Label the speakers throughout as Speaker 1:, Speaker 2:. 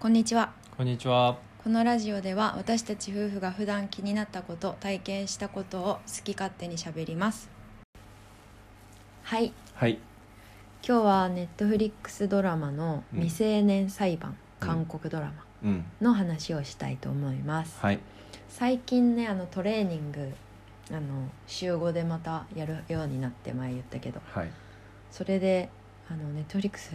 Speaker 1: こんにちは
Speaker 2: こんにちは。
Speaker 1: このラジオでは私たち夫婦が普段気になったこと体験したことを好き勝手にしゃべりますはい
Speaker 2: はい。
Speaker 1: 今日はネットフリックスドラマの「
Speaker 2: うん
Speaker 1: 未成年裁判」
Speaker 2: うん
Speaker 1: 韓国ドラマ
Speaker 2: うん。
Speaker 1: の話をしたいと思います、
Speaker 2: はい。
Speaker 1: 最近ねあのトレーニングあの週5でまたやるようになって前言ったけど
Speaker 2: はい。
Speaker 1: それであのネットフリックス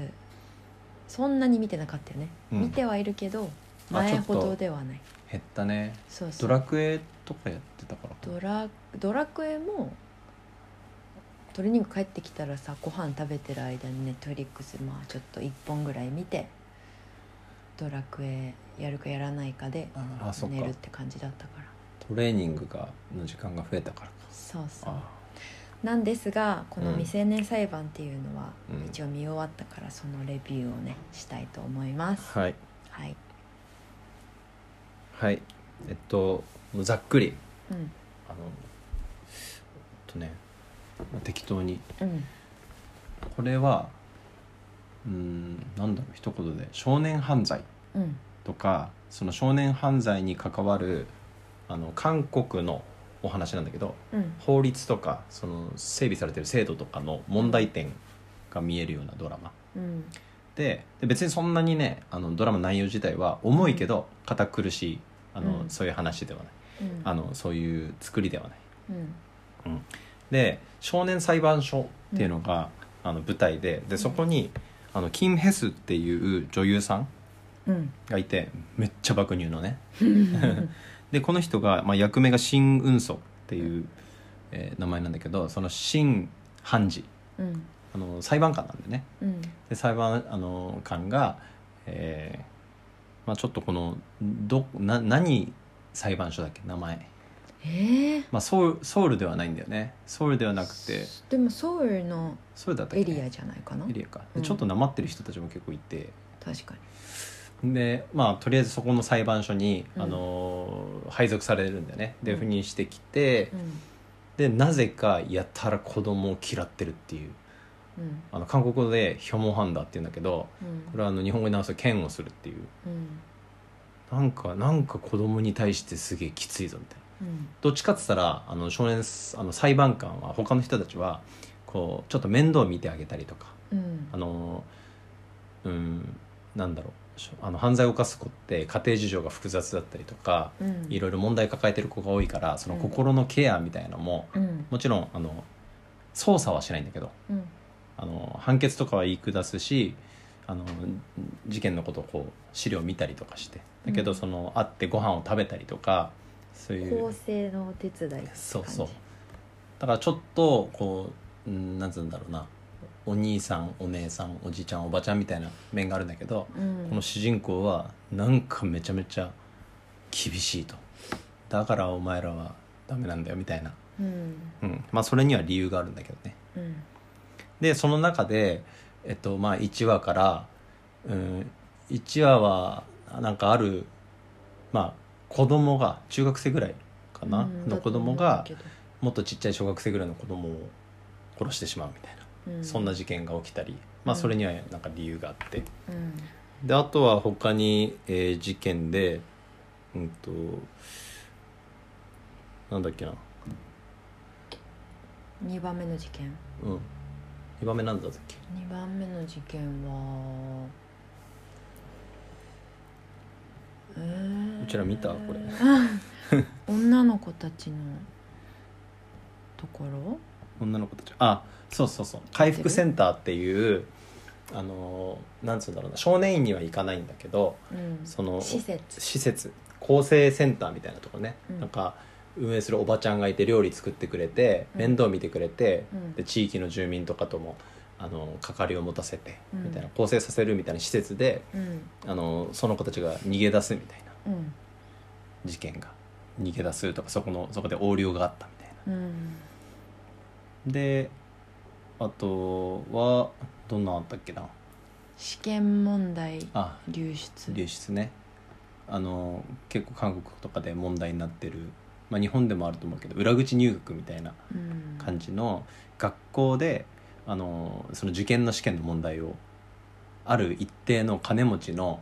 Speaker 1: そんなに見てなかったよね、
Speaker 2: うん
Speaker 1: 見てはいるけど
Speaker 2: あ
Speaker 1: 前ほ
Speaker 2: ち
Speaker 1: ど
Speaker 2: ょっと
Speaker 1: ではない
Speaker 2: 減ったね。
Speaker 1: そうそ
Speaker 2: ド
Speaker 1: う
Speaker 2: ラクエとかやってたからか
Speaker 1: ドラドラクエもトレーニング帰ってきたらさご飯食べてる間にネットフリックスまあちょっと1本ぐらい見てドラクエやるかやらないかで
Speaker 2: な。あ、そっ
Speaker 1: 寝
Speaker 2: か
Speaker 1: るっ。て感じだったから
Speaker 2: トレーニングがの時間が増えたからか。
Speaker 1: そうそう
Speaker 2: あ
Speaker 1: なんですがこの
Speaker 2: うん
Speaker 1: 未成年裁判っていうのは
Speaker 2: うん
Speaker 1: 一応見終わったからそのレビューをねしたいと思います、
Speaker 2: はい。
Speaker 1: はい、
Speaker 2: はい。えっと、ざっくり。
Speaker 1: うん
Speaker 2: あの。えっとね。まあ適当に。
Speaker 1: うん
Speaker 2: これは。うーん、なんだろう、一言で少年犯罪。
Speaker 1: うん
Speaker 2: とかその少年犯罪に関わるあの韓国のお話なんだけど
Speaker 1: うん
Speaker 2: 法律とかその整備されてる制度とかの問題点が見えるようなドラマ
Speaker 1: うん
Speaker 2: でで別にそんなにねあのドラマ内容自体は重いけど堅苦しいあの、
Speaker 1: うん
Speaker 2: そういう話ではない
Speaker 1: うん
Speaker 2: あのそういう作りではない
Speaker 1: うん
Speaker 2: で少年裁判所っていうのが、あの舞台ででそこにあのキム・ヘスっていう女優さん
Speaker 1: うん
Speaker 2: がいてめっちゃ爆乳 のねでこの人が、まあ、役名がシン・ウンソっていう、えー名前なんだけどそのシン・ハンジ
Speaker 1: うん
Speaker 2: あの裁判官なんでね
Speaker 1: うん
Speaker 2: で裁判あの官が、えーまあ、ちょっとこのどな何裁判所だっけ名前、
Speaker 1: ええ
Speaker 2: まあ、ソウルソウルではないんだよねソウルではなくて
Speaker 1: でもソウルの
Speaker 2: ソウルだったっ
Speaker 1: エ
Speaker 2: け
Speaker 1: リアじゃないかな
Speaker 2: エリアか
Speaker 1: うん
Speaker 2: でちょっとなまってる人たちも結構いて、
Speaker 1: 確か
Speaker 2: でまあとりあえずそこの裁判所に、
Speaker 1: うん
Speaker 2: あのー配属されるんだよねで
Speaker 1: うん
Speaker 2: 赴任してきて、
Speaker 1: に
Speaker 2: でなぜかやたら子供を嫌ってるっていう
Speaker 1: うんうん
Speaker 2: あの韓国語で「ヒョモハンダ」っていうんだけど
Speaker 1: うん
Speaker 2: これはあの日本語に直すと「嫌悪する」っていう
Speaker 1: うん
Speaker 2: なんかなんか子供に対してすげえきついぞみたいな
Speaker 1: うん
Speaker 2: どっちかっつったらあの少年あの裁判官は他の人たちはこうちょっと面倒見てあげたりとか
Speaker 1: うん
Speaker 2: あのうんなんだろうしょあの犯罪を犯す子って家庭事情が複雑だったりとか
Speaker 1: うん
Speaker 2: いろいろ問題抱えてる子が多いからその心のケアみたいなのも、
Speaker 1: うん
Speaker 2: もちろんあの捜査はしないんだけど
Speaker 1: うん
Speaker 2: あの判決とかは言い下すしあの事件のことをこう資料を見たりとかしてだけど、
Speaker 1: うん
Speaker 2: その会ってご飯を食べたりとかそういう
Speaker 1: 構成のお手伝いって感じ
Speaker 2: そうそうだからちょっとこううんなんつうんだろうなお兄さんお姉さんおじいちゃんおばちゃんみたいな面があるんだけど、
Speaker 1: うん
Speaker 2: この主人公はなんかめちゃめちゃ厳しいとだからお前らはダメなんだよみたいな、
Speaker 1: うん
Speaker 2: うん、まあそれには理由があるんだけどね
Speaker 1: うん
Speaker 2: でその中で、えっとまあ、1話から、うん、1話はなんかある、まあ、子供が中学生ぐらいかな、
Speaker 1: うん
Speaker 2: の
Speaker 1: だと
Speaker 2: 子
Speaker 1: 思う
Speaker 2: 供が
Speaker 1: けど
Speaker 2: もっとちっちゃい小学生ぐらいの子供を殺してしまうみたいな、
Speaker 1: うん
Speaker 2: そんな事件が起きたり、まあ、
Speaker 1: うん
Speaker 2: それにはなんか理由があって、
Speaker 1: うん
Speaker 2: であとは他に、えー事件でうんとなんだっけな
Speaker 1: 二番目の事件
Speaker 2: うん2番目なんだったっけ
Speaker 1: 二番目の事件はえー
Speaker 2: うちら見たこれ
Speaker 1: 女の子たちのところ
Speaker 2: 女の子たちあそうそうそう回復センターっていうあのーなんつうんだろうな少年院には行かないんだけど
Speaker 1: うん
Speaker 2: その
Speaker 1: 施設
Speaker 2: 施設更生センターみたいなところね、
Speaker 1: うん
Speaker 2: なんか運営するおばちゃんがいて料理作ってくれて
Speaker 1: うん
Speaker 2: 面倒見てくれて、
Speaker 1: うん
Speaker 2: で地域の住民とかともあの関わりを持たせて
Speaker 1: うん
Speaker 2: みたいな更生させるみたいな施設で
Speaker 1: うん
Speaker 2: あのその子たちが逃げ出すみたいな
Speaker 1: うん
Speaker 2: 事件が逃げ出すとかそこのそこで横領があったみたいな。
Speaker 1: うん
Speaker 2: であとはどんなのあったっけな
Speaker 1: 試験問題
Speaker 2: あ
Speaker 1: 流出
Speaker 2: 流出ねあの結構韓国とかで問題になってる、まあ、日本でもあると思うけど裏口入学みたいな
Speaker 1: うん
Speaker 2: 感じの学校であのその受験の試験の問題をある一定の金持ちの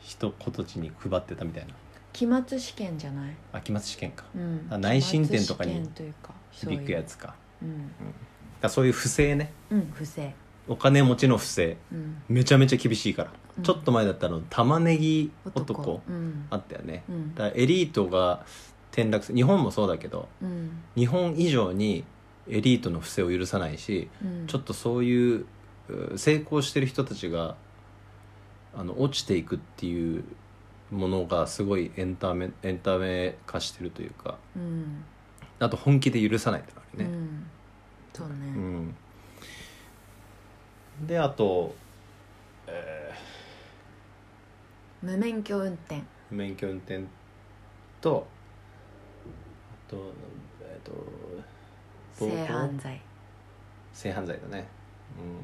Speaker 2: 一言地に配ってたみたいな
Speaker 1: 期末試験じゃない、
Speaker 2: 秋松試験か
Speaker 1: うん
Speaker 2: あ内申点とかに
Speaker 1: 期末試験というかそういう
Speaker 2: 響くやつかだか
Speaker 1: うん、
Speaker 2: らそういう不正ね
Speaker 1: うん、不正、
Speaker 2: お金持ちの不正
Speaker 1: うん、
Speaker 2: めちゃめちゃ厳しいから、
Speaker 1: うん
Speaker 2: ちょっと前だったの玉ねぎ男
Speaker 1: うん
Speaker 2: あったよね
Speaker 1: うん
Speaker 2: だからエリートが転落する日本もそうだけど
Speaker 1: うん
Speaker 2: 日本以上にエリートの不正を許さないし
Speaker 1: うん
Speaker 2: ちょっとそういうう成功してる人たちがあの落ちていくっていうものがすごいエンタメエンタメ化してるというか
Speaker 1: うん
Speaker 2: あと本気で許さないってのある
Speaker 1: う
Speaker 2: ね、
Speaker 1: んそうね、
Speaker 2: うんであと、え
Speaker 1: 無免許運転
Speaker 2: ー免許運転とあと,、えー、と暴行
Speaker 1: 性犯罪
Speaker 2: 性犯罪だね、うん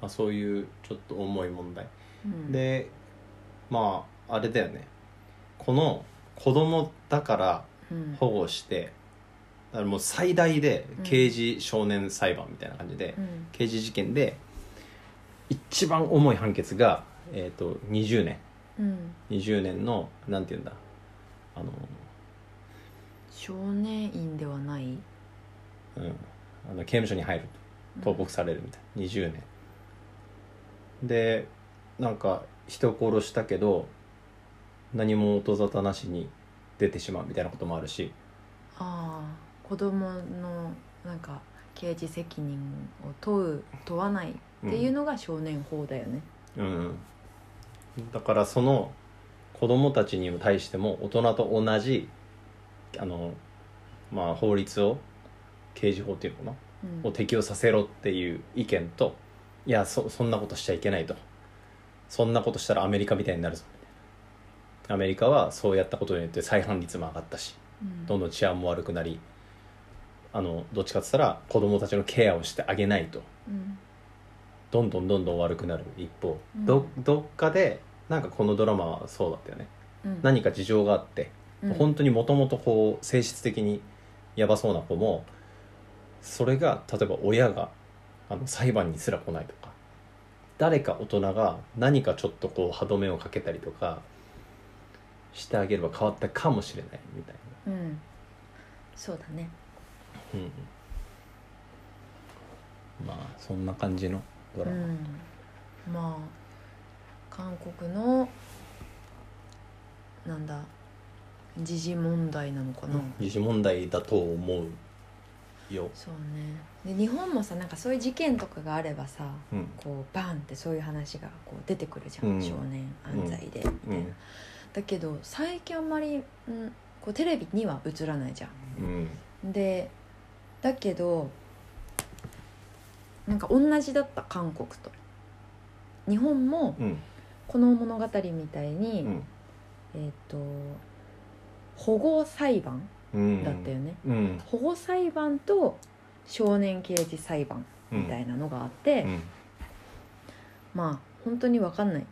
Speaker 2: まあ、そういうちょっと重い問題
Speaker 1: うん
Speaker 2: でまああれだよねこの子供だから
Speaker 1: うん
Speaker 2: 保護してだからもう最大で
Speaker 1: うん
Speaker 2: 刑事少年裁判みたいな感じで、
Speaker 1: うん
Speaker 2: 刑事事件で一番重い判決が、えー、と20年
Speaker 1: うん
Speaker 2: 20年のなんて言うんだあの、
Speaker 1: 少年院ではない
Speaker 2: うん、あの刑務所に入る投獄されるみたいな20年でなんか人を殺したけど何も音沙汰なしに出てしまうみたいなこともあるし
Speaker 1: ああ子供のなんか刑事責任を問う問わないっていうのが少年法だよね
Speaker 2: うん、だからその子供たちに対しても大人と同じあの、まあ、法律を刑事法っていうのか
Speaker 1: うん
Speaker 2: なを適用させろっていう意見といやそそんなことしちゃいけないとそんなことしたらアメリカみたいになるぞアメリカはそうやったことによって再犯率も上がったし
Speaker 1: うん
Speaker 2: どんどん治安も悪くなりあのどっちかって言ったら子供たちのケアをしてあげないと
Speaker 1: うん
Speaker 2: どんどんどんどん悪くなる一方、
Speaker 1: うん
Speaker 2: どどっかでなんかこのドラマはそうだったよね
Speaker 1: うん
Speaker 2: 何か事情があって、
Speaker 1: うん
Speaker 2: 本当にもともとこう性質的にやばそうな子もそれが例えば親があの裁判にすら来ないとか誰か大人が何かちょっとこう歯止めをかけたりとかしてあげれば変わったかもしれないみたい
Speaker 1: うんそうだね
Speaker 2: な、うん、まあそんな感じのド
Speaker 1: う
Speaker 2: ラマ、
Speaker 1: んまあ韓国のなんだ時事問題なのかな、
Speaker 2: 二次問題だと思うよ、
Speaker 1: そうねで日本もさなんかそういう事件とかがあればさ
Speaker 2: うん
Speaker 1: こうバンってそういう話がこう出てくるじゃん、
Speaker 2: うん
Speaker 1: 少年犯罪で、
Speaker 2: う
Speaker 1: みたい
Speaker 2: ん
Speaker 1: なだけど最近あんまり、うん、こうテレビには映らないじゃ
Speaker 2: うん
Speaker 1: んでだけどなんか同じだった韓国と日本も
Speaker 2: うん
Speaker 1: この物語みたいに、
Speaker 2: うん
Speaker 1: えっ、と保護裁判
Speaker 2: うん
Speaker 1: だったよね、
Speaker 2: うん
Speaker 1: 保護裁判と少年刑事裁判みたいなのがあって、
Speaker 2: うん
Speaker 1: まあ本当に分かんない、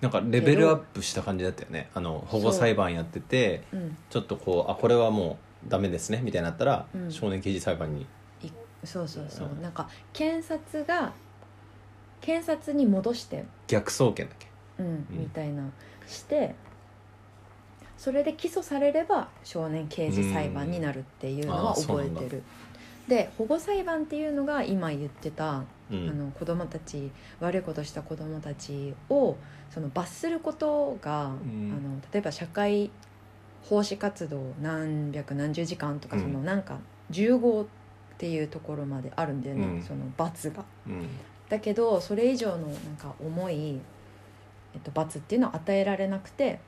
Speaker 2: なんかレベルアップした感じだったよねあの保護裁判やってて
Speaker 1: うん、
Speaker 2: ちょっとこうあこれはもうダメですねみたいになったら、
Speaker 1: うん
Speaker 2: 少年刑事裁判に
Speaker 1: そうそうそう、
Speaker 2: うん
Speaker 1: なんか検察が検察に戻して、
Speaker 2: 逆送検だっけ
Speaker 1: うんみたいなしてそれで起訴されれば少年刑事裁判になるっていうのは
Speaker 2: うんあー
Speaker 1: 覚え
Speaker 2: そう
Speaker 1: て
Speaker 2: な
Speaker 1: る、で保護裁判っていうのが今言ってたあ
Speaker 2: うん
Speaker 1: の子供たち悪いことした子供たちをその罰することが、
Speaker 2: ん
Speaker 1: あの例えば社会奉仕活動何百何十時間とか、
Speaker 2: うん
Speaker 1: そのなんか10号っていうところまであるんだよね、
Speaker 2: うん
Speaker 1: その罰が。
Speaker 2: うん
Speaker 1: だけどそれ以上のなんか重い、えっと、罰っていうのは与えられなくて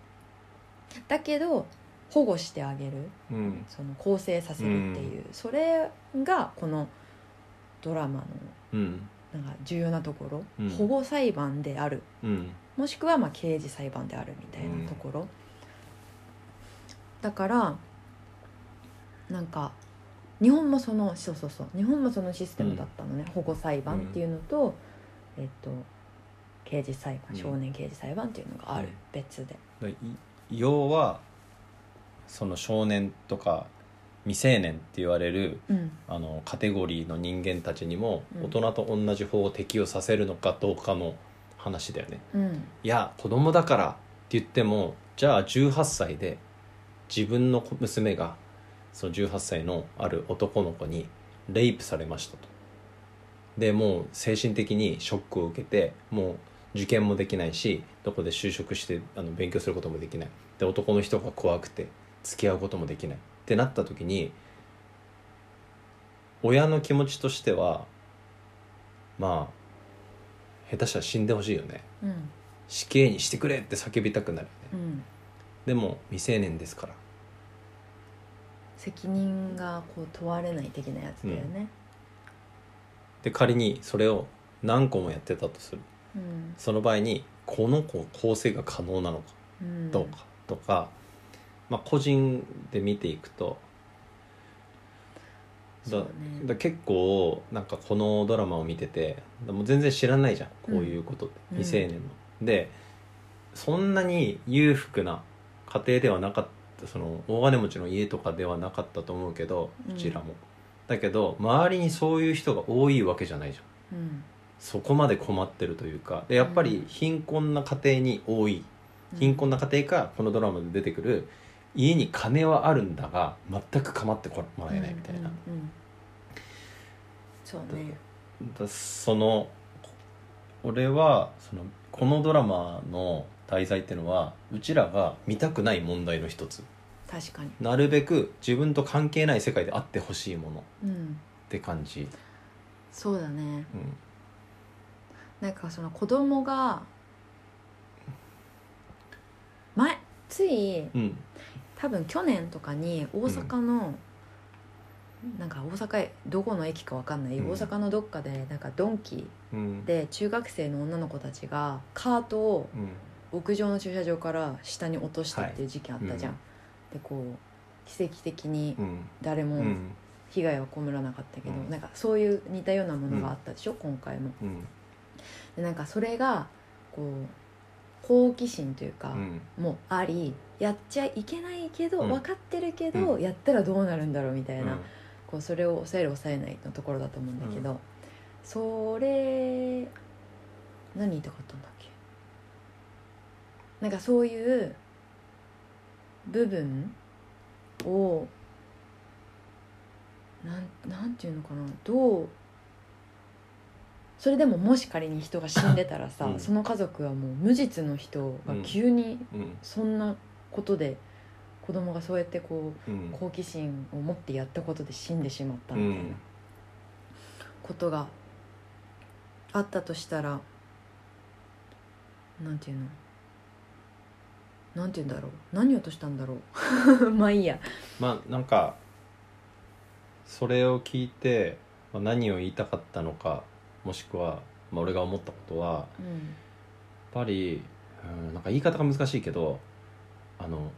Speaker 1: だけど保護してあげる
Speaker 2: うん
Speaker 1: その更生させるっていう、それがこのドラマの
Speaker 2: うん
Speaker 1: なんか重要なところ、
Speaker 2: うん
Speaker 1: 保護裁判である
Speaker 2: うん
Speaker 1: もしくはまあ刑事裁判であるみたいなところ、だからなんか日本もそのそうそうそう日本もそのシステムだったのね、保護裁判っていうのと、えっと刑事裁
Speaker 2: う
Speaker 1: 判
Speaker 2: ん
Speaker 1: 少年刑事裁判っていうのがある、
Speaker 2: うん
Speaker 1: 別で、
Speaker 2: だい要はその少年とか未成年って言われる
Speaker 1: うん、
Speaker 2: あのカテゴリーの人間たちにも
Speaker 1: うん
Speaker 2: 大人と同じ法を適用させるのかどうかの話だよね、
Speaker 1: うん
Speaker 2: いや子供だから言ってもじゃあ18歳で自分の子娘がその18歳のある男の子にレイプされましたとでもう精神的にショックを受けてもう受験もできないしどこで就職してあの勉強することもできないで男の人が怖くて付き合うこともできないってなった時に親の気持ちとしてはまあ下手したら死んでほしいよね
Speaker 1: うん
Speaker 2: 死刑にしてくれって叫びたくなるよね
Speaker 1: うん
Speaker 2: でも未成年ですから
Speaker 1: 責任がこう問われない的なやつだよね、
Speaker 2: で仮にそれを何個もやってたとする
Speaker 1: うん
Speaker 2: その場合にこの子構成が可能なのか
Speaker 1: うん、
Speaker 2: どうかとか、まあ、個人で見ていくとだ
Speaker 1: そうね
Speaker 2: だ結構なんかこのドラマを見ててもう全然知らないじゃんこういうことって、
Speaker 1: うん
Speaker 2: 未成年の。でそんなに裕福な家庭ではなかったその大金持ちの家とかではなかったと思うけど
Speaker 1: うん
Speaker 2: うちらも。だけど周りにそういう人が多いわけじゃないじゃん。
Speaker 1: うん
Speaker 2: そこまで困ってるというかでやっぱり貧困な家庭に多い
Speaker 1: うん
Speaker 2: 貧困な家庭かこのドラマで出てくる家に金はあるんだが全く構ってこもらえないみたいな、
Speaker 1: うんうんうんそうね
Speaker 2: だその俺はそのこのドラマの題材っていうのはうちらが見たくない問題の一つ
Speaker 1: 確かに
Speaker 2: なるべく自分と関係ない世界であってほしいものっ
Speaker 1: うん
Speaker 2: て感じ、
Speaker 1: そうだね
Speaker 2: うん
Speaker 1: なんかその子供が前つい
Speaker 2: うん
Speaker 1: 多分去年とかに大阪の、なんか大阪へどこの駅かわかんない、
Speaker 2: うん
Speaker 1: 大阪のどっかでなんかドンキ
Speaker 2: うん
Speaker 1: で中学生の女の子たちがカートを
Speaker 2: うん
Speaker 1: 屋上の駐車場から下に落としたっていう事件あったじゃん、
Speaker 2: は
Speaker 1: でこう奇跡的に
Speaker 2: うん
Speaker 1: 誰
Speaker 2: う
Speaker 1: も
Speaker 2: ん
Speaker 1: 被害は被らなかったけど、
Speaker 2: うん
Speaker 1: なんかそういう似たようなものがあったでしょ、今回も
Speaker 2: うん
Speaker 1: でなんかそれがこう好奇心というか、
Speaker 2: うん
Speaker 1: もありやっちゃいけないけど、
Speaker 2: うん
Speaker 1: 分かってるけど、
Speaker 2: う
Speaker 1: やったらどうなるんだろうみたいな、こうそれを抑える抑えないのところだと思うんだけど、それ何言いたかったんだっけなんかそういう部分をなんなんていうのかなどうそれでももし仮に人が死んでたらさ、
Speaker 2: うん
Speaker 1: その家族はもう無実の人が急に
Speaker 2: うん
Speaker 1: そんなことで子供がそうやってこう
Speaker 2: うん
Speaker 1: 好奇心を持ってやったことで死んでしまった
Speaker 2: う
Speaker 1: みたい
Speaker 2: ん
Speaker 1: なことがあったとしたらなんていうのなんていうんだろう何を落としたんだろう まあいいや
Speaker 2: まあなんかそれを聞いてまあ何を言いたかったのかもしくは、まあ、俺が思ったことはやっ
Speaker 1: うん
Speaker 2: ぱりうんなんか言い方が難しいけどあの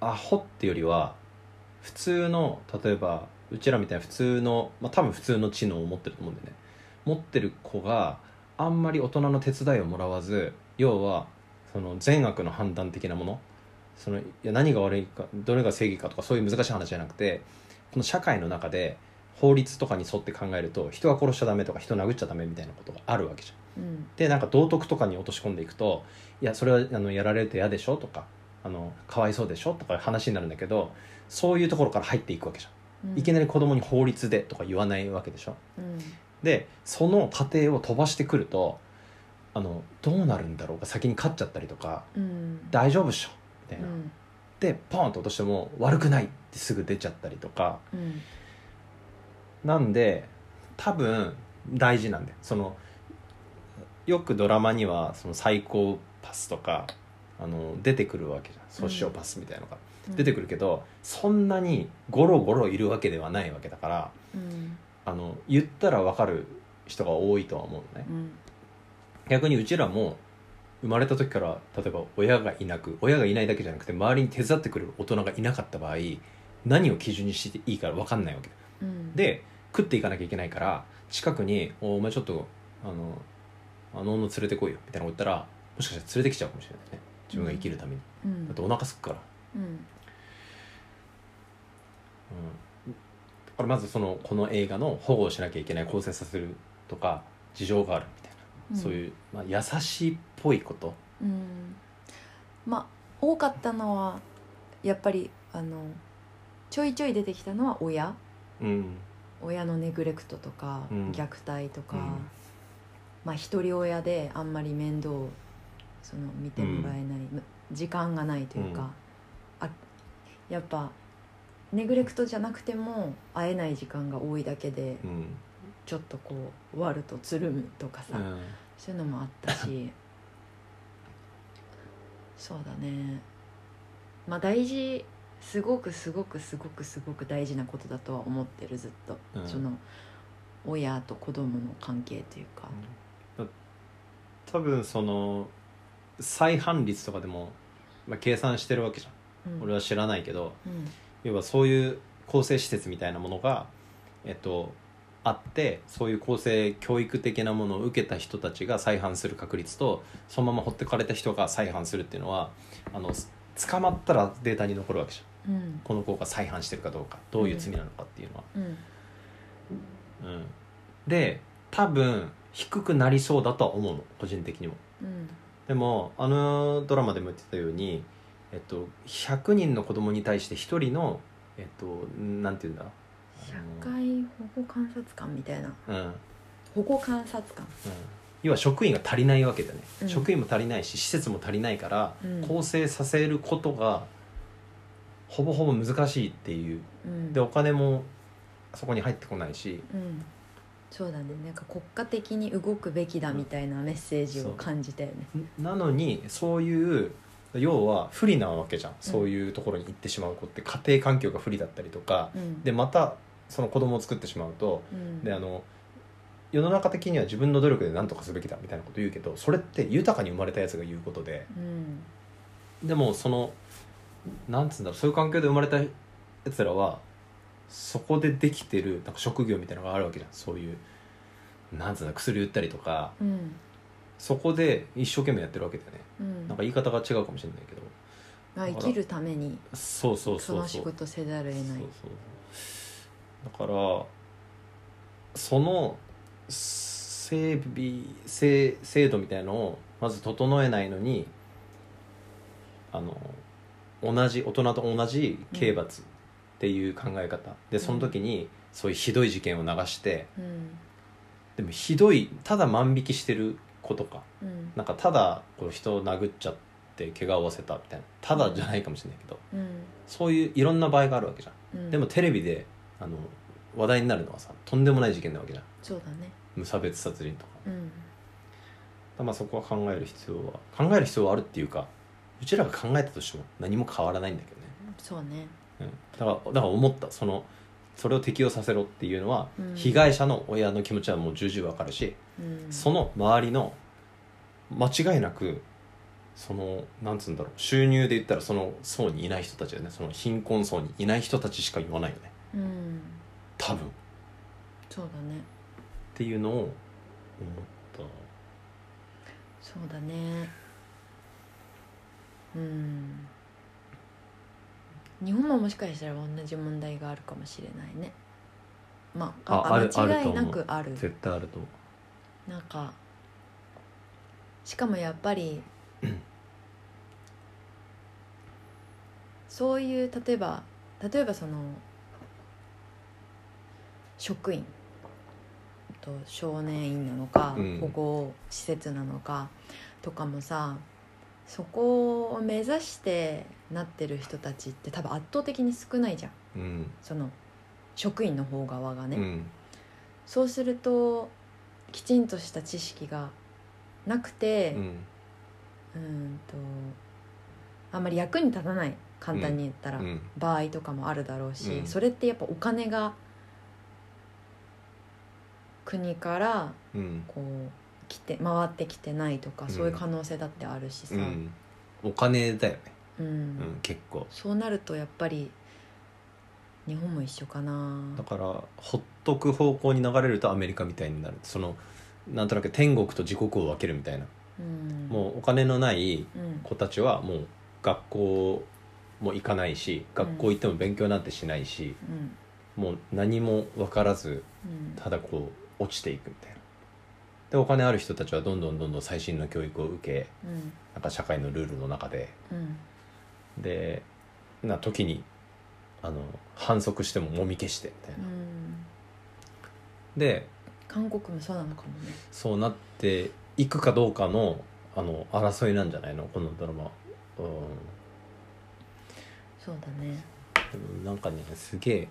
Speaker 2: アホっていうよりは普通の例えばうちらみたいな普通の、まあ、多分普通の知能を持ってると思うんだよね持ってる子があんまり大人の手伝いをもらわず要はその善悪の判断的なものそのいや何が悪いかどれが正義かとかそういう難しい話じゃなくてこの社会の中で法律とかに沿って考えると人は殺しちゃダメとか人殴っちゃダメみたいなことがあるわけじゃん。
Speaker 1: うん
Speaker 2: でなんか道徳とかに落とし込んでいくといやそれはあのやられると嫌でしょとかあのかわいそうでしょとかいう話になるんだけどそういうところから入っていくわけじゃん。
Speaker 1: うん
Speaker 2: いきなり子供に法律でとか言わないわけでしょ。
Speaker 1: うん
Speaker 2: でその過程を飛ばしてくるとあのどうなるんだろうか先に勝っちゃったりとか
Speaker 1: うん
Speaker 2: 大丈夫っしょみた
Speaker 1: う
Speaker 2: いな、
Speaker 1: ん
Speaker 2: でポンと落としても悪くないってすぐ出ちゃったりとか
Speaker 1: うん
Speaker 2: なんで多分大事なんだよそのよくドラマにはその最高パスとかあの出てくるわけじゃんソシオパスみたいなのが、出てくるけどそんなにゴロゴロいるわけではないわけだから
Speaker 1: うん
Speaker 2: あの言ったら分かる人が多いとは思うのね。
Speaker 1: うん
Speaker 2: 逆にうちらも生まれた時から例えば親がいなく親がいないだけじゃなくて周りに手伝ってくれる大人がいなかった場合何を基準にしていいか分かんないわけ
Speaker 1: うん
Speaker 2: で食っていかなきゃいけないから近くに「おお前ちょっとあのあの女連れてこいよ」みたいなこと言ったらもしかしたら連れてきちゃうかもしれないね自分が生きるために、
Speaker 1: うん
Speaker 2: だってお腹すくから、
Speaker 1: うん
Speaker 2: うん、だからまずそのこの映画の保護をしなきゃいけない構成させるとか事情があるみたいな、そういう、まあ、優しいっぽいこと
Speaker 1: うんまあ多かったのはやっぱりあのちょいちょい出てきたのは親
Speaker 2: うん
Speaker 1: 親のネグレクトとか、
Speaker 2: うん
Speaker 1: 虐待とか、
Speaker 2: うん
Speaker 1: まあ一人親であんまり面倒をその見てもらえない、む時間がないというか、あやっぱネグレクトじゃなくても会えない時間が多いだけで
Speaker 2: うん
Speaker 1: ちょっとこうワルとつるむとかさ、
Speaker 2: うん
Speaker 1: そういうのもあったしそうだねまあ大事すごくすごくすごくすごく大事なことだとは思ってるずっと、
Speaker 2: うん
Speaker 1: その親と子供の関係というか、
Speaker 2: だ多分その再犯率とかでも、まあ、計算してるわけじゃん、
Speaker 1: うん
Speaker 2: 俺は知らないけど
Speaker 1: うん
Speaker 2: 要はそういう更生施設みたいなものが、えっと、あってそういう更生教育的なものを受けた人たちが再犯する確率とそのまま放ってかれた人が再犯するっていうのはあのす捕まったらデータに残るわけじゃん
Speaker 1: うん
Speaker 2: この子が再犯してるかどうかどういう罪なのかっていうのは。
Speaker 1: うん
Speaker 2: うん、で多分低くなりそうだとは思うの個人的にも。
Speaker 1: うん
Speaker 2: でもあのドラマでも言ってたように、えっと、100人の子供に対して1人の、えっと、なんて言うんだ
Speaker 1: 社会保護観察官みたいな
Speaker 2: うんうん、
Speaker 1: 保護観察官
Speaker 2: 要は職員が足りないわけだね、
Speaker 1: うん
Speaker 2: 職員も足りないし施設も足りないから、
Speaker 1: うん
Speaker 2: 構成させることがほぼほぼ難しいっていう
Speaker 1: うん
Speaker 2: でお金もそこに入ってこないし
Speaker 1: うんそうだねなんか国家的に動くべきだみたいなメッセージを感じたよね
Speaker 2: なのにそういう要は不利なわけじゃんそういうところに行ってしまう子って家庭環境が不利だったりとか
Speaker 1: うん
Speaker 2: でまたその子供を作ってしまうと
Speaker 1: うん
Speaker 2: であの世の中的には自分の努力で何とかすべきだみたいなこと言うけどそれって豊かに生まれたやつが言うことで
Speaker 1: うん
Speaker 2: でもそのなんつうんだろうそういう環境で生まれたやつらはそこでできてるなんか職業みたいなのがあるわけじゃんそういうなんつうんだ薬売ったりとか
Speaker 1: うん
Speaker 2: そこで一生懸命やってるわけだよね
Speaker 1: うん
Speaker 2: なんか言い方が違うかもしれないけど
Speaker 1: まあ、生きるために
Speaker 2: そうそう
Speaker 1: そ
Speaker 2: そう
Speaker 1: の仕
Speaker 2: そう
Speaker 1: 事せざるを得ない
Speaker 2: そうそうだからその整備制制度みたいのをまず整えないのにあの同じ大人と同じ刑罰っていう考え方、でその時にそういうひどい事件を流して
Speaker 1: うん
Speaker 2: でもひどいただ万引きしてる子とか
Speaker 1: うん
Speaker 2: なんかただこう人を殴っちゃって怪我を負わせたみたいなただじゃないかもしれないけど
Speaker 1: うん
Speaker 2: そういういろんな場合があるわけじゃん
Speaker 1: うん
Speaker 2: でもテレビであの話題になるのはさとんでもない事件なわけじゃん
Speaker 1: そうだね
Speaker 2: 無差別殺人とかだか
Speaker 1: うん
Speaker 2: らまあそこは考える必要は考える必要はあるっていうかうちらが考えたとしても何も変わらないんだけどね、
Speaker 1: そうね
Speaker 2: うん、だからだから思ったそのそれを適用させろっていうのは、
Speaker 1: うん
Speaker 2: 被害者の親の気持ちはもう重々わかるし、
Speaker 1: うん
Speaker 2: その周りの間違いなくそのなんつうんだろう収入で言ったらその層にいない人たちだよねその貧困層にいない人たちしか言わないよね
Speaker 1: うん
Speaker 2: 多分
Speaker 1: そうだね
Speaker 2: っていうのを思った
Speaker 1: そうだねうん日本ももしかしたら同じ問題があるかもしれないねまあ
Speaker 2: あある
Speaker 1: 間違いな
Speaker 2: ある
Speaker 1: くある
Speaker 2: 絶対あると思
Speaker 1: なんかしかもやっぱりそういう例えば例えばその職員と少年院なのか、
Speaker 2: うん
Speaker 1: 保護施設なのかとかもさそこを目指してなってる人たちって多分圧倒的に少ないじゃん
Speaker 2: ううん
Speaker 1: その職員の方側がね。
Speaker 2: うん
Speaker 1: そうするときちんとした知識がなくて
Speaker 2: う、ん
Speaker 1: うん、とあんまり役に立たない簡単に言った
Speaker 2: う
Speaker 1: ら、
Speaker 2: ん
Speaker 1: 場合とかもあるだろうし、
Speaker 2: うん
Speaker 1: それってやっぱお金が国から
Speaker 2: うん
Speaker 1: こう来て回ってきてないとか
Speaker 2: うん
Speaker 1: そういう可能性だってあるしさ、
Speaker 2: うんお金だよね
Speaker 1: うん
Speaker 2: うん結構
Speaker 1: そうなるとやっぱり日本も一緒かな
Speaker 2: だ。からほっとく方向に流れるとアメリカみたいになるそのなんとなく天国と地獄を分けるみたいな
Speaker 1: うん、
Speaker 2: もうお金のない
Speaker 1: うん、
Speaker 2: 子たちはもう学校も行かないし学校行っても勉強なんてしないし、
Speaker 1: うん
Speaker 2: もう何も分からず
Speaker 1: うん
Speaker 2: ただこう落ちていくみたいなでお金ある人たちはどんどんどんどん最新の教育を受け
Speaker 1: うん
Speaker 2: なんか社会のルールの中で
Speaker 1: うん
Speaker 2: でな時にあの反則してももみ消してみたいうな、
Speaker 1: ん
Speaker 2: で
Speaker 1: 韓国もそうなのかもね
Speaker 2: そうなっていくかどうかのあの争いなんじゃないのこのドラマ、う
Speaker 1: そうだね
Speaker 2: ん、なんかねすげえ、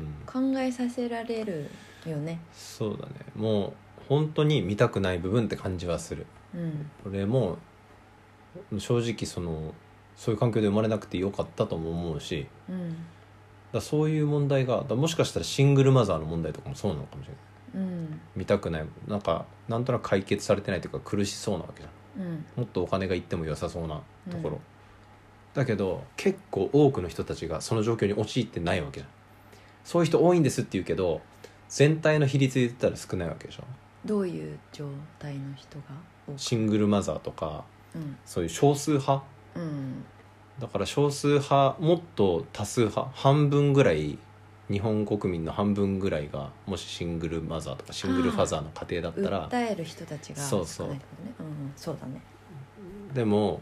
Speaker 2: うん、
Speaker 1: 考えさせられるよね
Speaker 2: そうだねもう本当に見たくない部分って感じはする
Speaker 1: うん
Speaker 2: 俺も正直そのそういう環境で生まれなくてよかったとも思うし
Speaker 1: うん
Speaker 2: だそういう問題がだもしかしたらシングルマザーの問題とかもそうなのかもしれない
Speaker 1: うん
Speaker 2: 見たくないなんかなんとなく解決されてないというか苦しそうなわけじゃん
Speaker 1: うん
Speaker 2: もっとお金がいっても良さそうなところ、
Speaker 1: うん
Speaker 2: だけど結構多くの人たちがその状況に陥ってないわけじゃんそういう人多いんですって言うけど全体の比率で言ったら少ないわけでしょ
Speaker 1: どういう状態の人が多く
Speaker 2: シングルマザーとか
Speaker 1: うん
Speaker 2: そういう少数派
Speaker 1: うん
Speaker 2: だから少数派もっと多数派半分ぐらい日本国民の半分ぐらいがもしシングルマザーとかシングルファザーの家庭だったら
Speaker 1: 訴える人たちが
Speaker 2: そうそう
Speaker 1: 少ないからねうんそうだね
Speaker 2: でも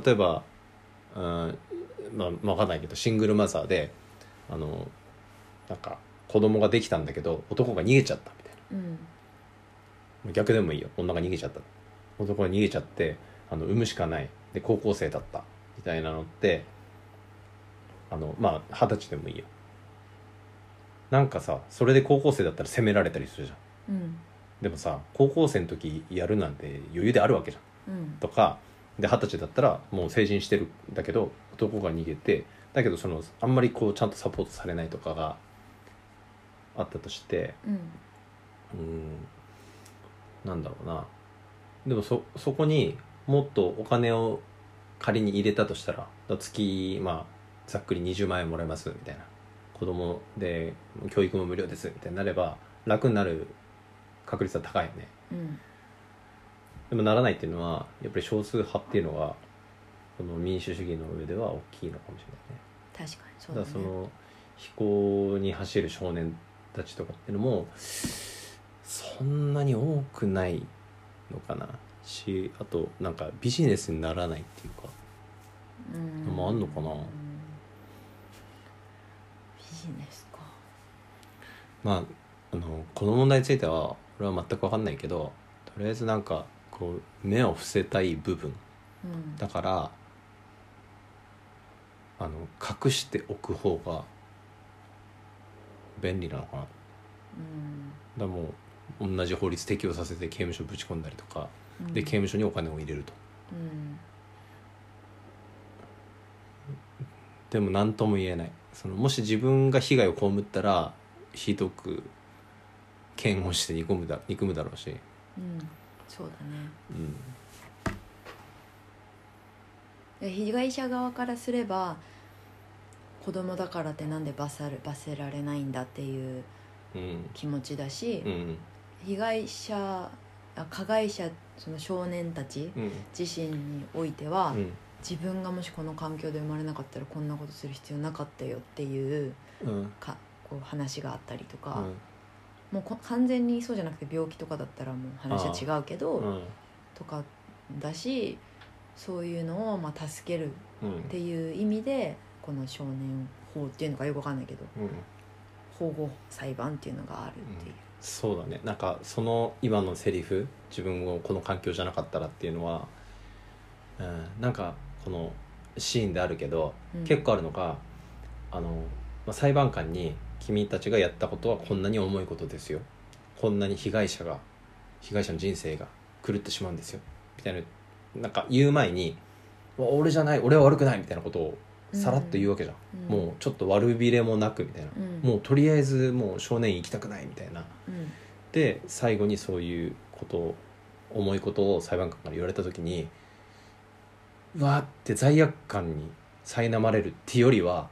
Speaker 2: 例えば、うんまあ、分かんないけどシングルマザーであのなんか子供ができたんだけど男が逃げちゃったみたい
Speaker 1: うん
Speaker 2: な逆でもいいよ女が逃げちゃった男が逃げちゃってあの産むしかないで高校生だったみたいなのってあのまあ二十歳でもいいよなんかさそれで高校生だったら責められたりするじゃん
Speaker 1: うん
Speaker 2: でもさ高校生の時やるなんて余裕であるわけじゃん
Speaker 1: うん
Speaker 2: とかで二十歳だったらもう成人してるんだけど男が逃げてだけどそのあんまりこうちゃんとサポートされないとかがあったとして
Speaker 1: うん
Speaker 2: うんなんだろうなでもそそこにもっとお金を仮に入れたとしたら月まあざっくり20万円もらえますみたいな子供で教育も無料ですみたいになれば楽になる確率は高いよね。
Speaker 1: うん
Speaker 2: でもならないっていうのはやっぱり少数派っていうのがこの民主主義の上では大きいのかもしれないね。
Speaker 1: 確かにそ
Speaker 2: た
Speaker 1: う
Speaker 2: だ
Speaker 1: だ
Speaker 2: からそ
Speaker 1: ね
Speaker 2: の飛行に走る少年たちとかっていうのもそんなに多くないのかなしあとなんかビジネスにならないっていうか
Speaker 1: うん
Speaker 2: のもあんのかな
Speaker 1: うんビジネスか
Speaker 2: まああのこの問題については俺は全く分かんないけどとりあえずなんかこう目を伏せたい部分
Speaker 1: うん
Speaker 2: だからあの隠しておく方が便利なのかなだか
Speaker 1: うん
Speaker 2: らもう同じ法律適用させて刑務所ぶち込んだりとか
Speaker 1: うん
Speaker 2: で刑務所にお金を入れると
Speaker 1: うん
Speaker 2: でも何とも言えないそのもし自分が被害を被ったらひどく嫌悪して憎むだ憎むだろうし、
Speaker 1: うんそうだね
Speaker 2: うん、
Speaker 1: で被害者側からすれば子供だからってなんで罰さる罰せられないんだっていう
Speaker 2: うん
Speaker 1: 気持ちだし、
Speaker 2: うん
Speaker 1: 被害者あ加害者その少年たち
Speaker 2: うん
Speaker 1: 自身においては、
Speaker 2: うん
Speaker 1: 自分がもしこの環境で生まれなかったらこんなことする必要なかったよっていう
Speaker 2: うん
Speaker 1: かこう話があったりと
Speaker 2: う
Speaker 1: か、
Speaker 2: ん
Speaker 1: もうこ完全にそうじゃなくて病気とかだったらもう話は違うけど、
Speaker 2: うん
Speaker 1: とかだしそういうのをまあ助ける
Speaker 2: うん
Speaker 1: っていう意味でこの少年法っていうのかよくわかんないけど
Speaker 2: うん
Speaker 1: 保護裁判っていうのがあるっていう、
Speaker 2: そうだねなんかその今のセリフ自分をこの環境じゃなかったらっていうのは、うん、なんかこのシーンであるけど、
Speaker 1: うん
Speaker 2: 結構あるのがあの、まあ、裁判官に「君たちがやったことはこんなに重いことですよこんなに被害者が被害者の人生が狂ってしまうんですよ」みたいななんか言う前に「うわ俺じゃない俺は悪くない」みたいなことをさらっと言うわけじゃん、
Speaker 1: うん
Speaker 2: もうちょっと悪びれもなくみたいな、
Speaker 1: うん
Speaker 2: もうとりあえずもう少年院行きたくないみたいな
Speaker 1: うん
Speaker 2: で最後にそういうことを重いことを裁判官から言われた時にうわーって罪悪感に苛まれるっていうよりは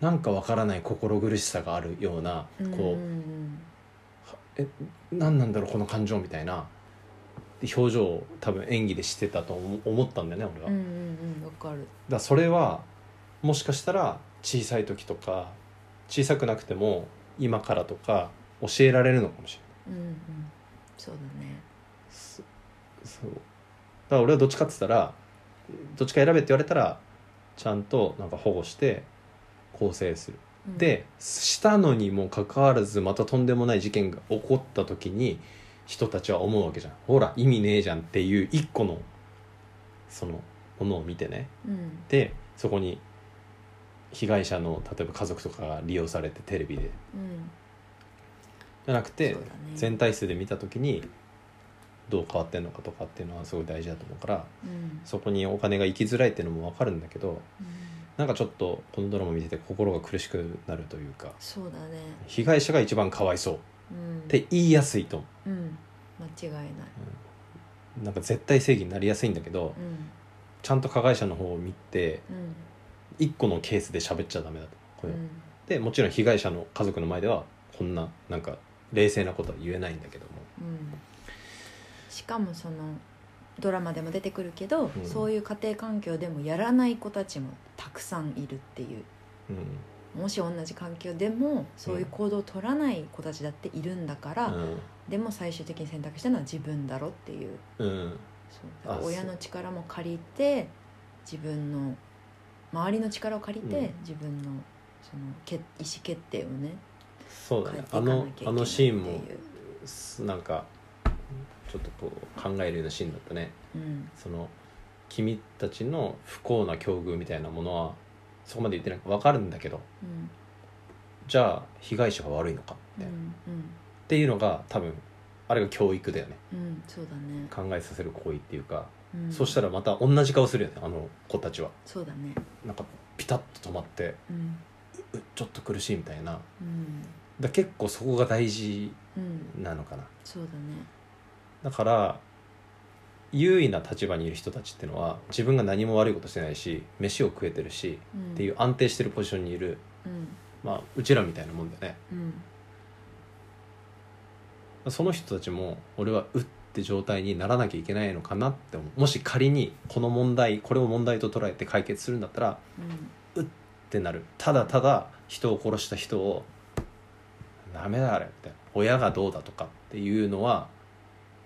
Speaker 2: なんかわからない心苦しさがあるような
Speaker 1: うん
Speaker 2: こ
Speaker 1: うんうん
Speaker 2: う、え何なんだろうこの感情みたいな表情を多分演技でしてたと思思ったんだよね俺は。
Speaker 1: うんうんうんわかる
Speaker 2: だからそれはもしかしたら小さい時とか小さくなくても今からとか教えられるのかもしれない
Speaker 1: うんうんそうだね
Speaker 2: そそうだから俺はどっちかって言ったらどっちか選べって言われたらちゃんとなんか保護して更生する、
Speaker 1: うん
Speaker 2: でしたのにもかかわらずまたとんでもない事件が起こった時に人たちは思うわけじゃんほら意味ねえじゃんっていう一個のそのものを見てね
Speaker 1: うん
Speaker 2: でそこに被害者の例えば家族とかが利用されてテレビで
Speaker 1: うん
Speaker 2: じゃなくて、
Speaker 1: そうだね
Speaker 2: 全体数で見た時にどう変わってんのかとかっていうのはすごい大事だと思うから
Speaker 1: うん
Speaker 2: そこにお金が行きづらいっていうのも分かるんだけど
Speaker 1: うん
Speaker 2: なんかちょっとこのドラマ見てて心が苦しくなるというか
Speaker 1: そうだね
Speaker 2: 被害者が一番かわいそうっ
Speaker 1: うん
Speaker 2: て言いやすいと思
Speaker 1: うん間違いないう
Speaker 2: なんか絶対正義になりやすいんだけど
Speaker 1: うん
Speaker 2: ちゃんと加害者の方を見て
Speaker 1: うん
Speaker 2: 一個のケースで喋っちゃダメだと
Speaker 1: う
Speaker 2: これ
Speaker 1: ん
Speaker 2: でもちろん被害者の家族の前ではこんななんか冷静なことは言えないんだけども
Speaker 1: うんしかもそのドラマでも出てくるけど、
Speaker 2: うん
Speaker 1: そういう家庭環境でもやらない子たちもたくさんいるっていう
Speaker 2: う
Speaker 1: もし同じ環境でもそういう行動を取らない子たちだっているんだから、
Speaker 2: んうん
Speaker 1: でも最終的に選択したのは自分だろっていう
Speaker 2: うん
Speaker 1: そうだから
Speaker 2: あそう
Speaker 1: 親の力も借りて自分の周りの力を借りて、
Speaker 2: うん
Speaker 1: 自分のその決意思決定をね
Speaker 2: そうだ
Speaker 1: 変え
Speaker 2: ね
Speaker 1: ていか
Speaker 2: あ
Speaker 1: なきゃい
Speaker 2: の
Speaker 1: けないって
Speaker 2: あ
Speaker 1: いう
Speaker 2: のシーンもすなんかちょっとこう考えるようなシーンだったね
Speaker 1: うん
Speaker 2: その君たちの不幸な境遇みたいなものはそこまで言ってないか分かるんだけど
Speaker 1: うん
Speaker 2: じゃあ被害者が悪いのか
Speaker 1: う
Speaker 2: みたいな、っ
Speaker 1: ん
Speaker 2: ていうのが多分あれが教育だよね
Speaker 1: うん、うん、そうだね、
Speaker 2: 考えさせる行為っていうか、
Speaker 1: うん、
Speaker 2: そしたらまた同じ顔するよねあの子たちは
Speaker 1: そうだね
Speaker 2: なんかピタッと止まって
Speaker 1: うん
Speaker 2: うちょっと苦しいみたいなだか
Speaker 1: うん
Speaker 2: ら結構そこが大事
Speaker 1: うん
Speaker 2: なのかな
Speaker 1: そうだね
Speaker 2: だから優位な立場にいる人たちっていうのは自分が何も悪いことしてないし飯を食えてるし
Speaker 1: うん
Speaker 2: っていう安定してるポジションにいる、
Speaker 1: うん
Speaker 2: まあ、うちらみたいなもんだよね
Speaker 1: うん
Speaker 2: その人たちも俺はうって状態にならなきゃいけないのかなって思うもし仮にこの問題これを問題と捉えて解決するんだったら
Speaker 1: うん
Speaker 2: ってなるただただ人を殺した人を「ダメだあれ」みたいな親がどうだとかっていうのは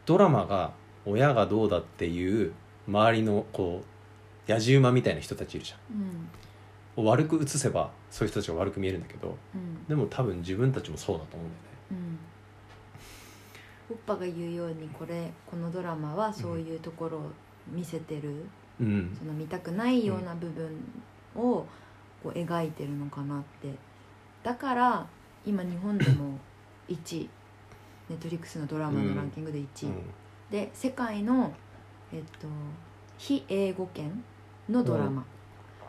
Speaker 2: ドラマが親がどうだっていう周りのこうやじ馬みたいな人たちいるじゃ
Speaker 1: うん
Speaker 2: ん悪く映せばそういう人たちが悪く見えるんだけど
Speaker 1: うん
Speaker 2: でも多分自分たちもそうだと思うんだよね
Speaker 1: うんおっぱが言うようにこれこのドラマはそういうところを見せてる、
Speaker 2: うん
Speaker 1: その見たくないような部分をこう描いてるのかなってだから今日本でも1位ネットリックスのドラマのランキングで1位、で世界の、えっと、非英語圏のドラマ、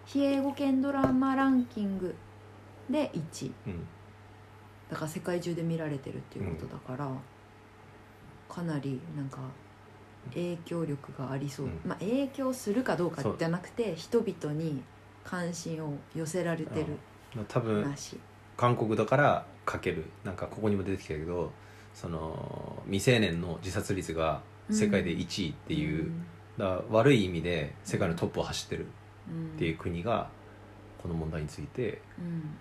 Speaker 1: 非英語圏ドラマランキングで1位
Speaker 2: うん
Speaker 1: だから世界中で見られてるっていうことだから、かなりなんか影響力がありそう、
Speaker 2: うん
Speaker 1: まあ影響するかどうか
Speaker 2: そう
Speaker 1: じゃなくて人々に関心を寄せられてる
Speaker 2: うん、多分
Speaker 1: らしい、
Speaker 2: 韓国だからかけるなんかここにも出てきたけどその未成年の自殺率が世界で1位っていう、だから悪い意味で世界のトップを走ってる
Speaker 1: うん、
Speaker 2: っていう
Speaker 1: う、
Speaker 2: 国がこの問題について
Speaker 1: うん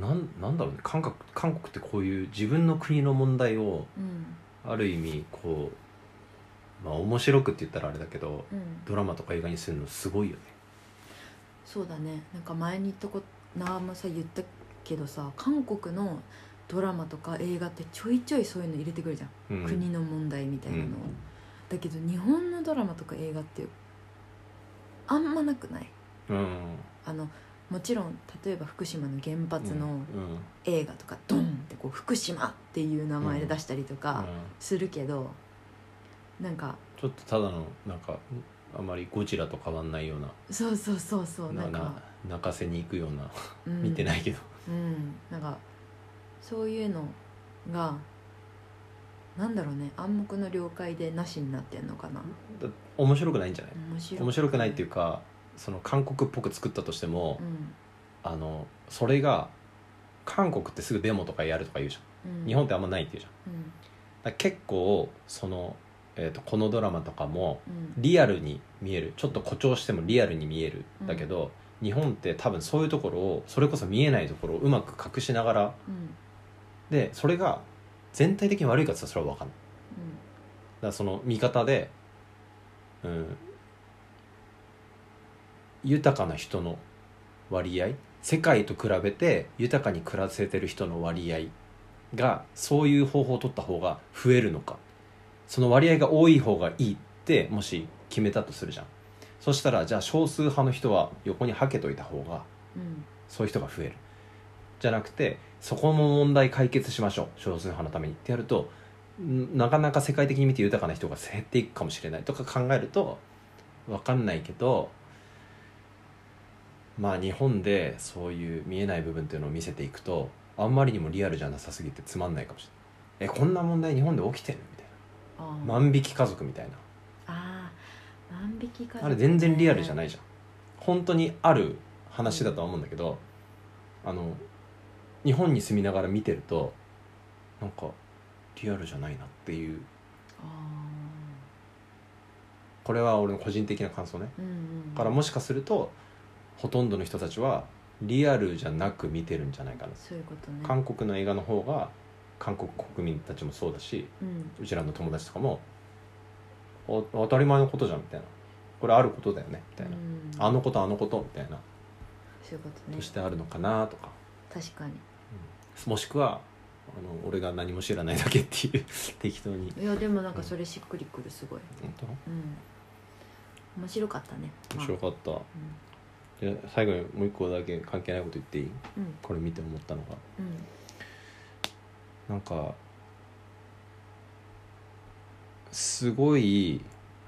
Speaker 2: なんなんだろうね韓国韓国ってこういう自分の国の問題を
Speaker 1: うん
Speaker 2: ある意味こう、まあ、面白くって言ったらあれだけど
Speaker 1: うん、
Speaker 2: ドラマとか映画にするのすごいよね。
Speaker 1: そうだねなんか前に言ったことなあもさ言ったけどさ韓国のドラマとか映画ってちょいちょいそういうの入れてくるじゃん、
Speaker 2: うん、
Speaker 1: 国の問題みたいなのを、
Speaker 2: うん
Speaker 1: だけど日本のドラマとか映画ってあんまなくない
Speaker 2: うん
Speaker 1: あのもちろん例えば福島の原発
Speaker 2: う
Speaker 1: の
Speaker 2: んうん
Speaker 1: 映画とか、ドンってこう福島っていう名前で出したりと
Speaker 2: う
Speaker 1: か
Speaker 2: ん
Speaker 1: するけど、なんか
Speaker 2: ちょっとただのなんかあまりゴジラと変わんないような
Speaker 1: そうそうそうそうな
Speaker 2: なん
Speaker 1: か、
Speaker 2: な泣かせに行くような
Speaker 1: うん
Speaker 2: 見てないけど、
Speaker 1: うんなんかそういうのがなんだろうね暗黙の了解でなしになってんのかな
Speaker 2: だ面白くないんじゃない
Speaker 1: 面白
Speaker 2: 面白くないっていう
Speaker 1: か、
Speaker 2: かその韓国っぽく作ったとしても、
Speaker 1: うん
Speaker 2: あのそれが韓国ってすぐデモとかやるとか言うじ
Speaker 1: う
Speaker 2: ゃ
Speaker 1: ん、
Speaker 2: ん日本ってあんまないっていうじゃん
Speaker 1: うん
Speaker 2: だから結構その、えー、とこのドラマとかも
Speaker 1: うん
Speaker 2: リアルに見えるちょっと誇張してもリアルに見えるだけど、日本って多分そういうところをそれこそ見えないところをうまく隠しながら
Speaker 1: うん
Speaker 2: でそれが全体的に悪いかって言ったらそれは分かんない
Speaker 1: うん
Speaker 2: からその見方で、うん、豊かな人の割合世界と比べて豊かに暮らせてる人の割合がそういう方法を取った方が増えるのかその割合が多い方がいいってもし決めたとするじゃんそしたらじゃあ少数派の人は横にはけといた方が
Speaker 1: うん
Speaker 2: そういう人が増えるじゃなくてそこも問題解決しましょう少数派のためにってやるとんなかなか世界的に見て豊かな人が減っていくかもしれないとか考えると分かんないけどまあ日本でそういう見えない部分っていうのを見せていくとあんまりにもリアルじゃなさすぎてつまんないかもしれないえこんな問題日本で起きてるみたい
Speaker 1: あー
Speaker 2: な万引き家族みたいな
Speaker 1: あー万引き家族
Speaker 2: あれ全然リアルじゃ
Speaker 1: い
Speaker 2: ないじゃん本当にある話だとは思うんだけどあの日本に住みながら見てるとなんかリアルじゃないなっていう
Speaker 1: あ
Speaker 2: これは俺の個人的な感想ね
Speaker 1: ーうんうん
Speaker 2: だからもしかするとほとんどの人たちはリアルじゃなく見てるんじゃないかな
Speaker 1: そういうことね
Speaker 2: 韓国の映画の方が韓国国民たちもそうだし
Speaker 1: うん
Speaker 2: うちらの友達とかもお当たり前のことじゃんみたいなこれあることだよねみたいな
Speaker 1: うん
Speaker 2: あのことあのことみたいな
Speaker 1: そういうこと
Speaker 2: と
Speaker 1: ね
Speaker 2: してあるのかなとか、
Speaker 1: 確かに
Speaker 2: もしくはあの俺が何も知らないだけっていう 適当に
Speaker 1: いやでもなんかそれしっくりくるすごい
Speaker 2: 本
Speaker 1: うん面白かったね
Speaker 2: 当面白
Speaker 1: ま
Speaker 2: かった、じゃあ最後にもう一個だけ関係ないこと言っていい
Speaker 1: あうん
Speaker 2: これ見て思ったのが
Speaker 1: うん
Speaker 2: なんかすごい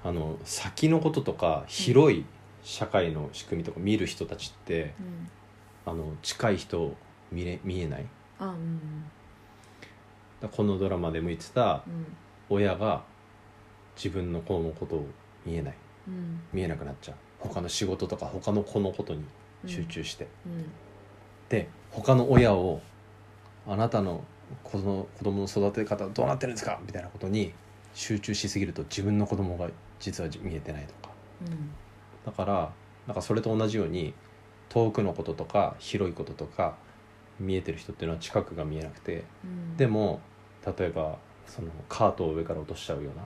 Speaker 2: あの先のこととか広い社会の仕組みとか見る人たちって、
Speaker 1: うんうん
Speaker 2: あの近い人見れ見えないだか
Speaker 1: あうん
Speaker 2: らこのドラマでも言ってた
Speaker 1: うん
Speaker 2: 親が自分の子のことを見えない
Speaker 1: うん
Speaker 2: 見えなくなっちゃう他の仕事とか他の子のことに
Speaker 1: うん
Speaker 2: 集中して、
Speaker 1: うん
Speaker 2: で他の親をあなたの子の子供の育て方どうなってるんですかみたいなことに集中しすぎると自分の子供が実は見えてないとか
Speaker 1: うん
Speaker 2: だからなんかそれと同じように遠くのこととか広いこととか見えてる人っていうのは近くが見えなくて
Speaker 1: うん
Speaker 2: でも例えばそのカートを上から落としちゃうような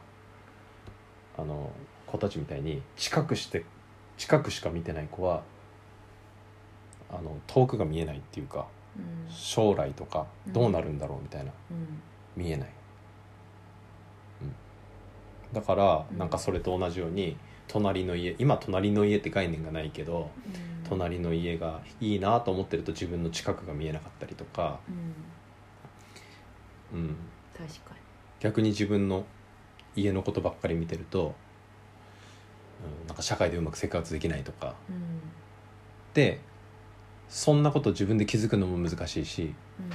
Speaker 2: あの子たちみたいに近くして近くしか見てない子はあの遠くが見えないっていうか
Speaker 1: うん
Speaker 2: 将来とか
Speaker 1: うん
Speaker 2: どうなるんだろうみたいな、
Speaker 1: うん
Speaker 2: 見えない、うん、だから
Speaker 1: うん
Speaker 2: なんかそれと同じように隣の家今隣の家って概念がないけど
Speaker 1: うん
Speaker 2: 隣の家がいいなと思ってると自分の近くが見えなかったりとか、
Speaker 1: うん
Speaker 2: うん、
Speaker 1: 確かに
Speaker 2: 逆に自分の家のことばっかり見てると、うん、なんか社会でうまく生活できないとか
Speaker 1: うん
Speaker 2: でそんなこと自分で気づくのも難しいし
Speaker 1: うん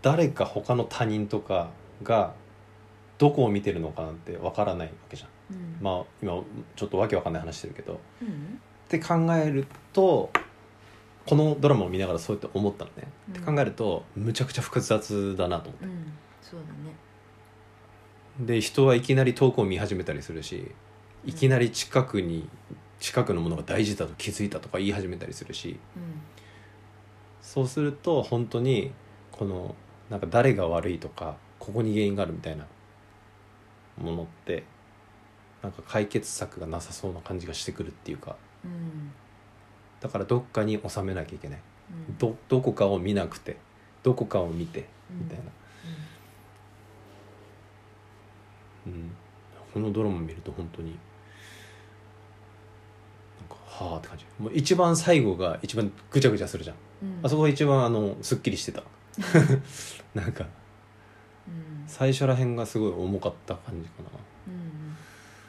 Speaker 2: 誰か他の他人とかがどこを見てるのかなんてわからないわけじゃん。
Speaker 1: うん
Speaker 2: まあ今ちょっとわけわかんない話してるけど。っ
Speaker 1: うん
Speaker 2: て考えるとこのドラマを見ながらそうやって思ったのね。
Speaker 1: うん
Speaker 2: って考えるとむちゃくちゃ複雑だなと思って。
Speaker 1: うんそうだね
Speaker 2: で人はいきなり遠くを見始めたりするしいきなり近くに近くのものが大事だと気づいたとか言い始めたりするし
Speaker 1: うん
Speaker 2: そうすると本当にこのなんか誰が悪いとかここに原因があるみたいなものってなんか解決策がなさそうな感じがしてくるっていうか
Speaker 1: うん
Speaker 2: だからどっかに収めなきゃいけない
Speaker 1: うん
Speaker 2: どどこかを見なくてどこかを見てみたいな、うん、このドラマ見ると本当になんかはあって感じもう一番最後が一番ぐちゃぐちゃするじゃ
Speaker 1: う
Speaker 2: ん、
Speaker 1: んうん
Speaker 2: あそこが一番あのすっきりし てたなんか
Speaker 1: うん
Speaker 2: 最初らへんがすごい重かった感じかな、
Speaker 1: うんうん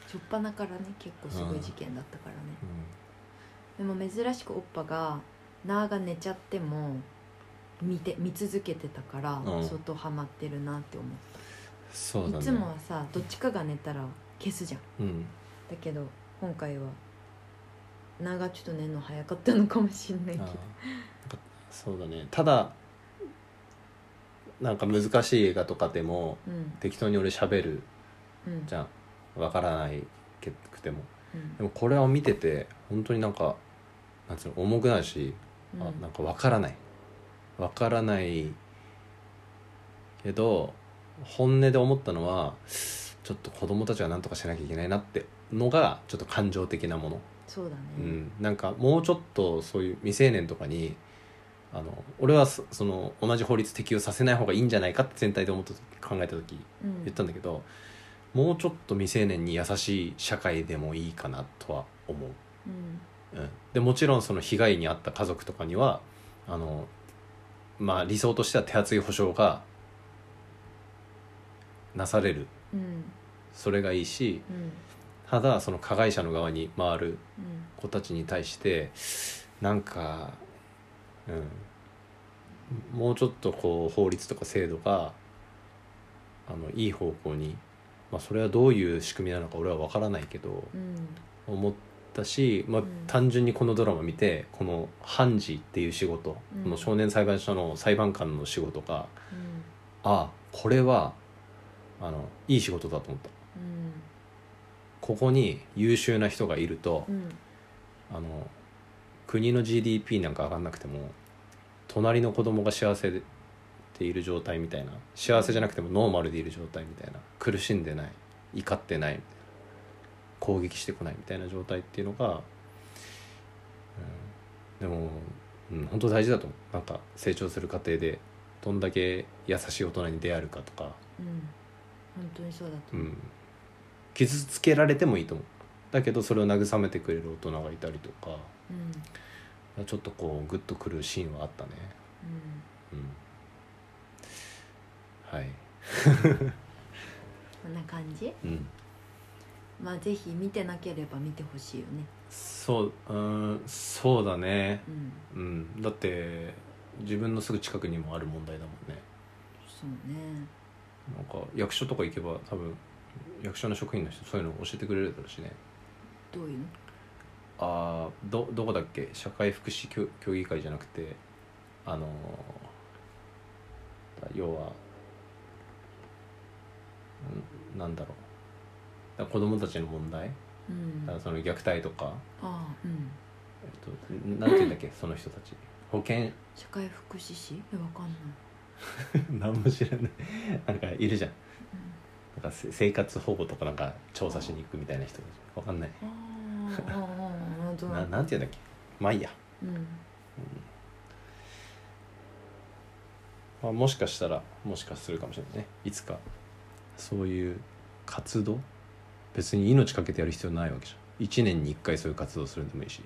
Speaker 1: 初っ端からね結構すごい事件だったからねでも珍しくおっぱがなあが寝ちゃっても見て見続けてたから、
Speaker 2: うん
Speaker 1: 相当ハマってるなって思っ
Speaker 2: そう
Speaker 1: た、
Speaker 2: だね
Speaker 1: いつもはさどっちかが寝たら消すじゃん
Speaker 2: うん
Speaker 1: だけど今回はなあがちょっと寝るの早かったのかもしんないけ
Speaker 2: あー
Speaker 1: ど
Speaker 2: なんかそうだねただなんか難しい映画とかでも
Speaker 1: うん
Speaker 2: 適当に俺喋る
Speaker 1: うん
Speaker 2: じゃんわからないけくても
Speaker 1: うん
Speaker 2: でもこれを見てて本当になんかなんつうの重くなるし、
Speaker 1: うん
Speaker 2: あなんかわからないわからないけど本音で思ったのはちょっと子供たちは何とかしなきゃいけないなってのがちょっと感情的なもの、
Speaker 1: そうだね、
Speaker 2: うん、なんかもうちょっとそういう未成年とかにあの俺はそその同じ法律適用させない方がいいんじゃないかって全体で思った時考えた時
Speaker 1: うん
Speaker 2: 言ったんだけど、もうちょっと未成年に優しい社会でもいいかなとは思う。
Speaker 1: うん
Speaker 2: うん、でもちろんその被害に遭った家族とかにはあの、まあ、理想としては手厚い保障がなされる
Speaker 1: うん
Speaker 2: それがいいし
Speaker 1: うん
Speaker 2: ただその加害者の側に回る
Speaker 1: うん
Speaker 2: 子たちに対してなんか、うん、もうちょっとこう法律とか制度があのいい方向に、まあ、それはどういう仕組みなのか俺は分からないけど。
Speaker 1: うん
Speaker 2: 思ったし、まあ
Speaker 1: うん
Speaker 2: 単純にこのドラマ見てこの判事っていう仕事、
Speaker 1: うん
Speaker 2: この少年裁判所の裁判官の仕事が
Speaker 1: うん
Speaker 2: あこれはあのいい仕事だと思った
Speaker 1: うん
Speaker 2: ここに優秀な人がいると、
Speaker 1: うん
Speaker 2: あの国の GDP なんか上がんなくても隣の子供が幸せでいる状態みたいな幸せじゃなくてもノーマルでいる状態みたいな苦しんでない怒ってないみたいな攻撃してこないみたいな状態っていうのが、うん、でも、うん、本当大事だと思うなんか成長する過程でどんだけ優しい大人に出会えるかとか、
Speaker 1: うん本当にそうだと
Speaker 2: う
Speaker 1: 思う、
Speaker 2: ん、傷つけられてもいいと思うだけどそれを慰めてくれる大人がいたりとか。
Speaker 1: うん
Speaker 2: ちょっとこうグッとくるシーンはあったねうんはい
Speaker 1: こんな感じ
Speaker 2: うん
Speaker 1: まあぜひ見てなければ見てほしいよね
Speaker 2: そううんそうだね
Speaker 1: うん
Speaker 2: うんだって自分のすぐ近くにもある問題だもんね
Speaker 1: そうね
Speaker 2: なんか役所とか行けば多分役所の職員の人そういうの教えてくれるだろうしね
Speaker 1: どういうの
Speaker 2: あーどどこだっけ社会福祉協協議会じゃなくてあのー要はんなんだろうだ子供たちの問題、
Speaker 1: うん
Speaker 2: だから
Speaker 1: あ
Speaker 2: その虐待とか、
Speaker 1: あうん
Speaker 2: えっと、なんて言うんだっけその人たち保険
Speaker 1: 社会福祉士えわかんない、
Speaker 2: 何も知らないなんかいるじゃん
Speaker 1: うん
Speaker 2: なんかせ生活保護とかなんか調査しに行くみたいな人たちわかんない
Speaker 1: あーあーあーあーどう
Speaker 2: ななんて言うんだっけまあいいや、
Speaker 1: うん
Speaker 2: まあ、もしかしたらもしかするかもしれないねいつかそういう活動別に命かけてやる必要ないわけじゃん1年に1回そういう活動するのでもいいし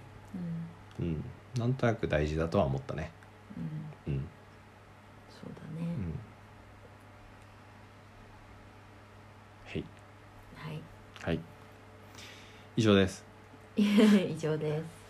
Speaker 1: うん
Speaker 2: うんなんとなく大事だとは思ったね
Speaker 1: うん
Speaker 2: うん
Speaker 1: そうだね、
Speaker 2: うんはい
Speaker 1: はい
Speaker 2: はい以上です
Speaker 1: 以上です